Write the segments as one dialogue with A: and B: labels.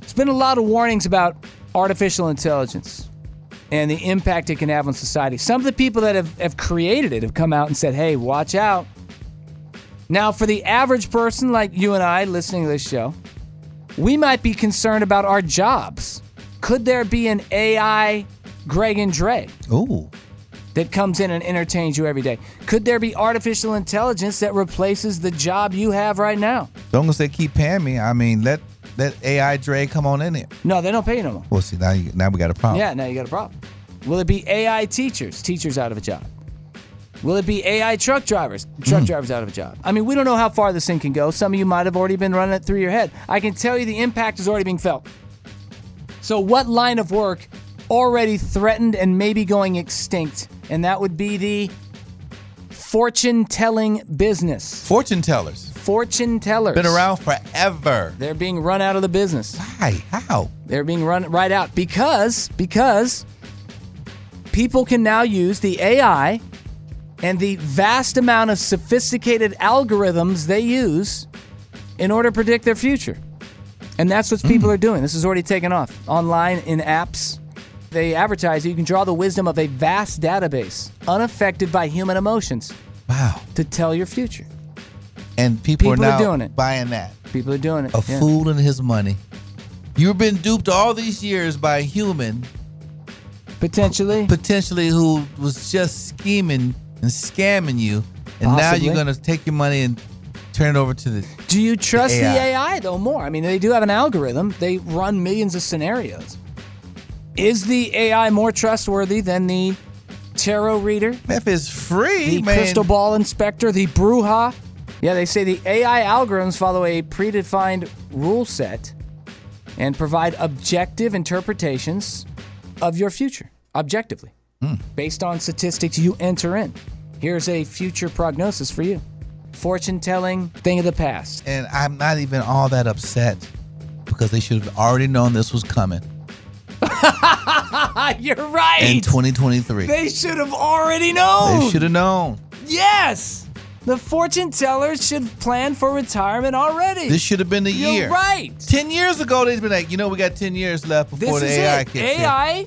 A: There's been a lot of warnings about artificial intelligence and the impact it can have on society. Some of the people that have, have created it have come out and said, hey, watch out. Now, for the average person like you and I listening to this show, we might be concerned about our jobs. Could there be an AI Greg and Dre
B: Ooh.
A: that comes in and entertains you every day? Could there be artificial intelligence that replaces the job you have right now?
B: As long as they keep paying me, I mean, let let AI Dre come on in here.
A: No, they don't pay you no more.
B: Well, see, now you, now we got a problem.
A: Yeah, now you got a problem. Will it be AI teachers, teachers out of a job? Will it be AI truck drivers,
B: Hmm.
A: truck drivers out of a job? I mean, we don't know how far this thing can go. Some of you might have already been running it through your head. I can tell you the impact is already being felt. So, what line of work already threatened and maybe going extinct? And that would be the fortune telling business.
B: Fortune tellers
A: Fortune tellers.
B: been around forever.
A: They're being run out of the business.
B: Why? How?
A: They're being run right out because because people can now use the AI and the vast amount of sophisticated algorithms they use in order to predict their future. And that's what
B: Mm.
A: people are doing. This is already taken off online in apps. They advertise that you can draw the wisdom of a vast database unaffected by human emotions
B: Wow.
A: to tell your future.
B: And people,
A: People are
B: now
A: doing it.
B: buying that.
A: People are doing it.
B: A
A: yeah.
B: fool and his money. You've been duped all these years by a human
A: Potentially.
B: potentially who was just scheming and scamming you, and now
A: Possibly.
B: you're gonna take your money and turn it over to the.
A: Do you trust the AI.
B: AI.
A: though more? I mean, they do have an algorithm. They run millions of scenarios. Is the AI more trustworthy than the tarot reader,
B: If it's free,
A: the
B: man.
A: crystal ball inspector, the bruja? Yeah, they say the AI algorithms follow a predefined rule set and provide objective interpretations of your future, objectively, based on statistics you enter in. Here's a future prognosis for you. Fortune telling thing of the past.
B: and I'm not even all that upset because they should have already known this was coming
A: Ah, You're right.
B: in 2023. They,
A: They should have already known.
B: should have known.
A: Yes. The fortune tellers should plan for retirement already.
B: This should have been the
A: You're
B: year.
A: right.
B: Ten years ago, they'd been like, you know, we got ten years left
A: This
B: before
A: is
B: the AI
A: it.
B: kicks in.
A: AI.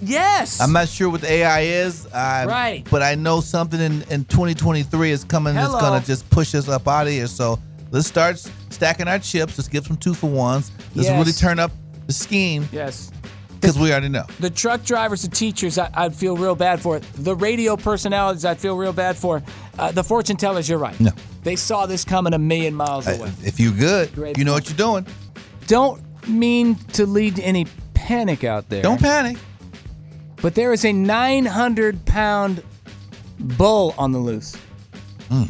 A: Yes.
B: I'm not sure what the AI is, I,
A: Right.
B: But I know something in, in 2023 is coming
A: Hello.
B: that's gonna just push us up out of here. So let's start s- stacking our chips. Let's give some two for ones. Let's
A: Yes.
B: really turn up the scheme
A: yes.
B: because we already know.
A: The truck drivers, the teachers, I, I'd feel real bad for. The radio personalities, I'd feel real bad for. Uh, the fortune tellers, you're right.
B: No.
A: They saw this coming a million miles away.
B: If you're good,
A: Great
B: you know what you're doing.
A: Don't mean to lead to any panic out there.
B: Don't panic.
A: But there is a 900 pound bull on the loose.
B: Hmm.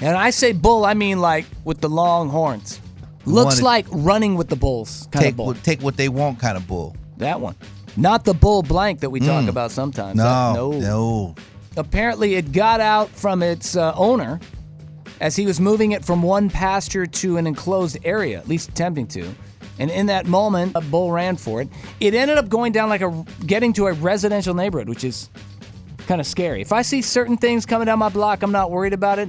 A: And I say bull, I mean like with the long horns. Looks
B: Wanted-
A: like running with the bulls kind
B: Take
A: of bull.
B: what, take what they want, kind of bull.
A: that one. Not the bull blank that we talk about sometimes. Uh,
B: Hmm. No, no,
A: Apparently, it got out from its uh, owner as he was moving it from one pasture to an enclosed area, at least attempting to. And in that moment, a bull ran for it. It ended up going down like a getting to a residential neighborhood, which is kind of scary. If I see certain things coming down my block, I'm not worried about it.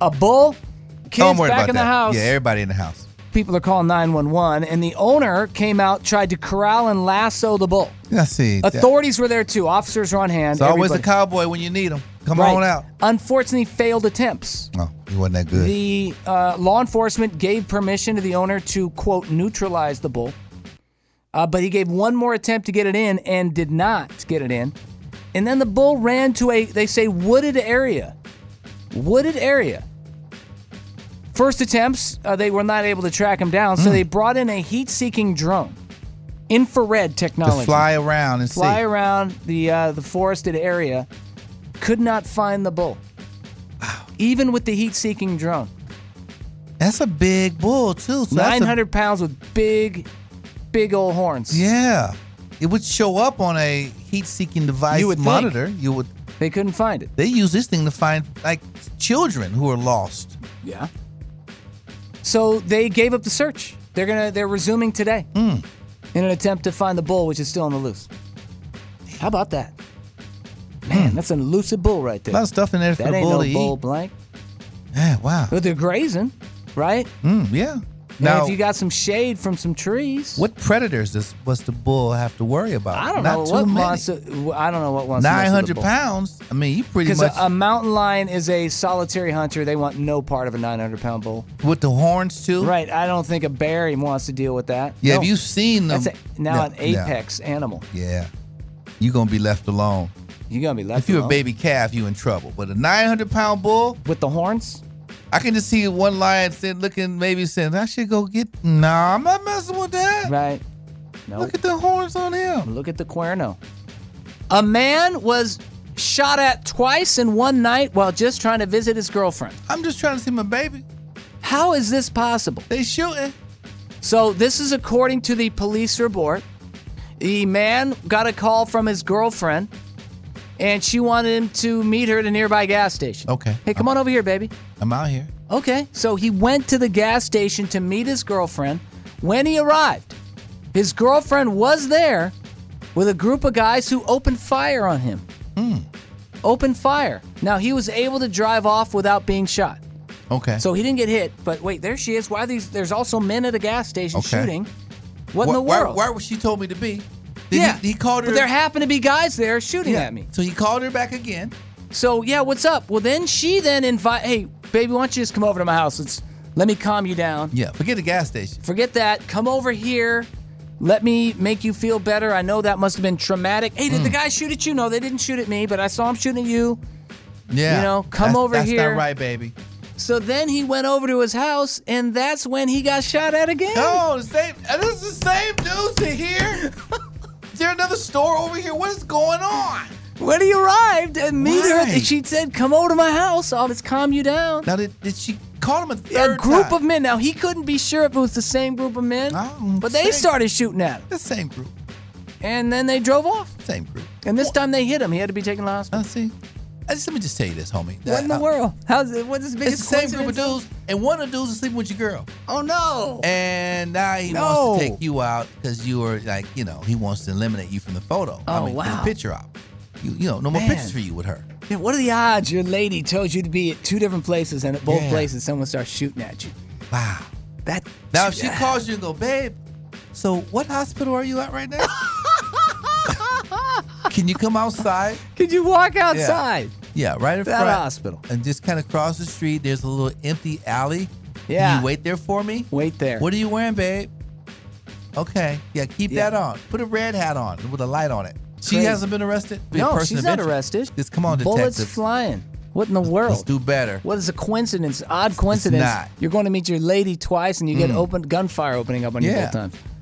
A: A bull, kids
B: Don't worry
A: back
B: about
A: in
B: that.
A: the house
B: Yeah, everybody in the house.
A: people are calling 911 and the owner came out tried to corral and lasso the bull
B: Yeah, I see. that.
A: authorities were there too officers were on hand
B: It's always a
A: everybody.
B: cowboy when you need him. Come
A: Right.
B: on out.
A: unfortunately failed attempts
B: No, he wasn't that good.
A: the uh, law enforcement gave permission to the owner to quote neutralize the bull uh, but he gave one more attempt to get it in and did not get it in and then the bull ran to a they say wooded area wooded area first attempts uh, they were not able to track him down
B: Hmm.
A: so they brought in a heat-seeking drone infrared technology
B: Just fly around and
A: fly
B: see.
A: around the uh, the forested area, could not find the bull. Even with the heat-seeking drone,
B: That's a big bull too. So that's a-
A: nine hundred pounds with big, big old horns.
B: yeah, it would show up on a heat-seeking device
A: You would think.
B: monitor. You would.
A: They couldn't find it.
B: They use this thing to find like children who are lost.
A: Yeah. So they gave up the search. They're gonna they're resuming today
B: Hmm.
A: in an attempt to find the bull, which is still on the loose. How about that? Man, that's an elusive bull right
B: A lot
A: there.
B: of stuff in there for
A: That
B: Hmm. the
A: ain't
B: bull
A: no
B: to
A: bull
B: eat.
A: blank.
B: Yeah, wow.
A: But they're grazing, right?
B: Mm, yeah,
A: Now,
B: Now-
A: if you got some shade from some trees,
B: What predators does must the bull have to worry about?
A: I don't
B: Not
A: know
B: too
A: what
B: many.
A: monster. I don't know what monster.
B: Nine hundred pounds. I mean, you pretty
A: Because a,
B: much
A: a mountain lion is a solitary hunter. They want no part of a 900 pound bull.
B: with the horns too.
A: uh, Right. I don't think a bear even wants to deal with that.
B: Yeah,
A: No.
B: have you seen them?
A: That's a, now
B: No,
A: an
B: no.
A: apex animal.
B: Yeah, you're gonna be left alone.
A: You're gonna be left.
B: If you're a
A: alone.
B: baby calf, you in trouble. But a 900 pound bull,
A: with the horns,
B: I can just see one lion sitting, looking, maybe saying, "I should go get." Nah, I'm not messing with that.
A: right? No.
B: Look at the horns on him.
A: Look at the cuerno. A man was shot at twice in one night while just trying to visit his girlfriend.
B: I'm just trying to see my baby.
A: How is this possible?
B: They shooting.
A: So, this is according to the police report. The man got a call from his girlfriend and she wanted him to meet her at a nearby gas station.
B: Okay.
A: Hey, come on over here, baby.
B: I'm out here.
A: Okay. So, he went to the gas station to meet his girlfriend. When he arrived, his girlfriend was there with a group of guys who opened fire on him. Opened fire. Now, he was able to drive off without being shot.
B: Okay.
A: So he didn't get hit, but wait, there she is. Why are these? There's also men at a gas station
B: Okay.
A: shooting. What in
B: Why-
A: the
B: why-
A: world?
B: Why, was she told me to be? Then
A: yeah,
B: He, he called her.
A: But there happened to be guys there shooting
B: Yeah.
A: at me.
B: So he called her back again.
A: So yeah, what's up? Well, then she then invite. Hey, baby, why don't you just come over to my house? Let's let me calm you down.
B: Yeah. Forget the gas station.
A: Forget that. Come over here. Let me make you feel better. I know that must have been traumatic. Hey,
B: Mm.
A: did the guy shoot at you? No, they didn't shoot at me, but I saw him shooting at you.
B: Yeah.
A: You know, come
B: That's-
A: over
B: that's
A: here.
B: not right, baby.
A: So then he went over to his house, and that's when he got shot at again.
B: No, the same. uh, This is the same dudes in here. is there another store over here? What is going on?
A: When he arrived and meet her,
B: Why?
A: she said, "Come over to my house. I'll just calm you down."
B: Now, did, did she call him a third
A: a group
B: time? Oh,
A: of men. Now he couldn't be sure if it was the same group of men,
B: I don't
A: but they
B: think-
A: started shooting at him,
B: The same group.
A: and then they drove off.
B: Same group.
A: And this time they hit him. He had to be taken to the hospital.
B: I see. I just, let me just tell you this, homie.
A: What in the
B: Uh,
A: world? How's it? What's this
B: It's
A: biggest
B: the same group of
A: coincidence?
B: dudes, and one of the dudes is sleeping with your girl.
A: Oh no!
B: And now he
A: No.
B: wants to take you out because you were like, you know, he wants to eliminate you from the photo.
A: Oh,
B: I mean, from
A: wow.
B: the picture op. You, you know, no more
A: Man.
B: pictures for you with her.
A: Yeah, what are the odds your lady tells you to be at two different places, and at both
B: Yeah.
A: places someone starts shooting at you?
B: Wow.
A: That
B: Now, if she calls you and go, babe, so what hospital are you at right now? Can you come outside?
A: Could you walk outside
B: Yeah, right in
A: that
B: front.
A: hospital?
B: And just kind of cross the street. There's a little empty alley.
A: Yeah.
B: Can you wait there for me?
A: Wait there.
B: What are you wearing, babe? Okay. Yeah, keep
A: Yeah.
B: that on. Put a red hat on with a light on it. She
A: Crazy.
B: hasn't been arrested? Be a
A: no,
B: person
A: she's
B: of
A: not
B: interest.
A: arrested.
B: Just come on,
A: Bullets
B: detective.
A: flying. What in the world?
B: Let's do better.
A: What is a coincidence? Odd coincidence.
B: not. Mm.
A: You're going to meet your lady twice, and you get open gunfire opening up on you
B: Yeah.
A: both times.